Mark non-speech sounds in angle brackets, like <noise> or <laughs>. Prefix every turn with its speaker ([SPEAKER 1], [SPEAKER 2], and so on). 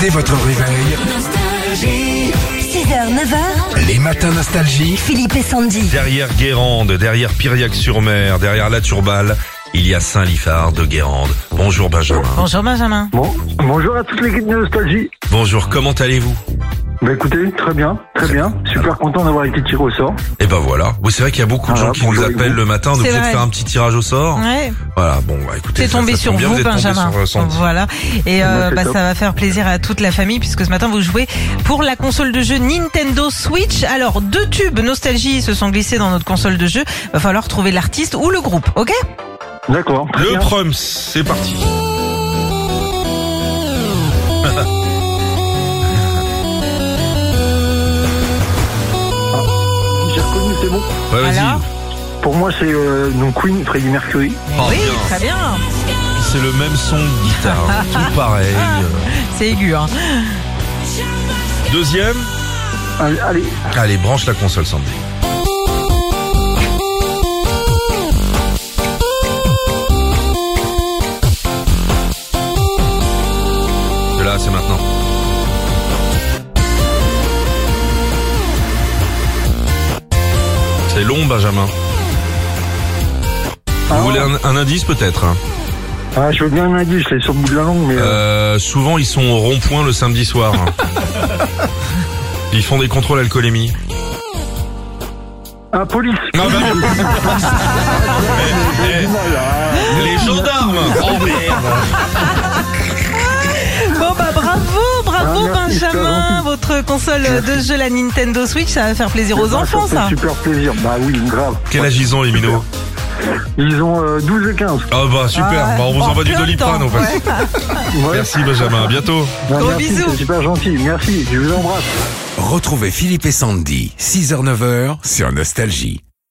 [SPEAKER 1] dès votre réveil.
[SPEAKER 2] 6h, 9h,
[SPEAKER 1] Les matins nostalgie.
[SPEAKER 2] Philippe et Sandy.
[SPEAKER 3] Derrière Guérande, derrière Piriac-sur-Mer, derrière La Turballe, il y a Saint-Lifard de Guérande. Bonjour Benjamin.
[SPEAKER 4] Bonjour Benjamin.
[SPEAKER 5] Bon, bonjour à toute l'équipe de Nostalgie.
[SPEAKER 3] Bonjour, comment allez-vous
[SPEAKER 5] Bah écoutez, très bien, très bien. Super content d'avoir été tiré au sort.
[SPEAKER 3] Eh ben voilà. Oui, c'est vrai qu'il y a beaucoup de
[SPEAKER 5] Ah,
[SPEAKER 3] gens qui nous
[SPEAKER 5] bonjour,
[SPEAKER 3] appellent
[SPEAKER 5] Hugo.
[SPEAKER 3] le matin, on est obligé de
[SPEAKER 4] vrai.
[SPEAKER 3] faire un petit tirage au sort.
[SPEAKER 4] Ouais,
[SPEAKER 3] Voilà, bon, bah, écoutez.
[SPEAKER 4] t'es
[SPEAKER 3] ça-
[SPEAKER 4] tombé
[SPEAKER 3] ça
[SPEAKER 4] sur
[SPEAKER 3] tombe bien,
[SPEAKER 4] vous,
[SPEAKER 3] êtes tombé
[SPEAKER 4] Benjamin.
[SPEAKER 3] sur, euh, Sandy.
[SPEAKER 4] voilà. Et euh,
[SPEAKER 5] Bah, c'est
[SPEAKER 4] bah,
[SPEAKER 5] top.
[SPEAKER 4] ça va faire plaisir à toute la famille puisque ce matin vous jouez pour la console de jeu Nintendo Switch. Alors deux tubes nostalgie se sont glissés dans notre console de jeu. Va falloir trouver l'artiste ou le groupe, ok
[SPEAKER 5] D'accord, très
[SPEAKER 3] Le
[SPEAKER 5] bien.
[SPEAKER 3] proms, c'est parti.
[SPEAKER 5] Ah, J'ai reconnu, c'est bon.
[SPEAKER 3] Ouais, Bah, vas-y.
[SPEAKER 4] Alors
[SPEAKER 5] Pour moi, c'est euh, donc Queen, Freddie Mercury.
[SPEAKER 3] Oh,
[SPEAKER 4] Oui,
[SPEAKER 3] bien.
[SPEAKER 4] très bien.
[SPEAKER 3] C'est le même son de guitare, hein,
[SPEAKER 4] <laughs>
[SPEAKER 3] tout pareil. euh.
[SPEAKER 4] C'est aigu. Hein.
[SPEAKER 3] Deuxième.
[SPEAKER 5] Allez, allez.
[SPEAKER 3] Allez, branche la console Sandy. De là, c'est maintenant. C'est long, Benjamin. Vous voulez un, un indice peut-être hein
[SPEAKER 5] Ah, je veux bien un indice, je l'ai sur le bout de la langue, mais euh,
[SPEAKER 3] Euh, Souvent, ils sont au rond-point le samedi soir. hein. Ils font des contrôles alcoolémie.
[SPEAKER 5] ah, police.
[SPEAKER 3] Non, bah non.
[SPEAKER 5] <laughs>
[SPEAKER 3] Eh, eh, Les gendarmes Oh merde
[SPEAKER 4] Bon bah bravo, bravo
[SPEAKER 5] Ah, merci,
[SPEAKER 4] Benjamin.
[SPEAKER 5] Florent.
[SPEAKER 4] Votre console de jeu la Nintendo Switch, ça va faire plaisir aux
[SPEAKER 5] Bah,
[SPEAKER 4] enfants,
[SPEAKER 5] ça
[SPEAKER 4] ça.
[SPEAKER 5] fait super plaisir. Bah oui, grave.
[SPEAKER 3] Quel âge ils ont, les minots
[SPEAKER 5] Ils ont euh, 12 et 15.
[SPEAKER 3] Ah bah super,
[SPEAKER 4] Ah,
[SPEAKER 3] bah, on vous
[SPEAKER 4] en
[SPEAKER 3] envoie du
[SPEAKER 4] plein
[SPEAKER 3] doliprane
[SPEAKER 4] temps,
[SPEAKER 3] en fait.
[SPEAKER 4] ouais.
[SPEAKER 5] Ouais.
[SPEAKER 3] Merci Benjamin, à bientôt
[SPEAKER 5] Bah,
[SPEAKER 4] Gros
[SPEAKER 5] merci,
[SPEAKER 4] bisous.
[SPEAKER 5] C'est super gentil. Merci, je vous embrasse.
[SPEAKER 1] Retrouvez Philippe et Sandy, 6h, 9h sur Nostalgie.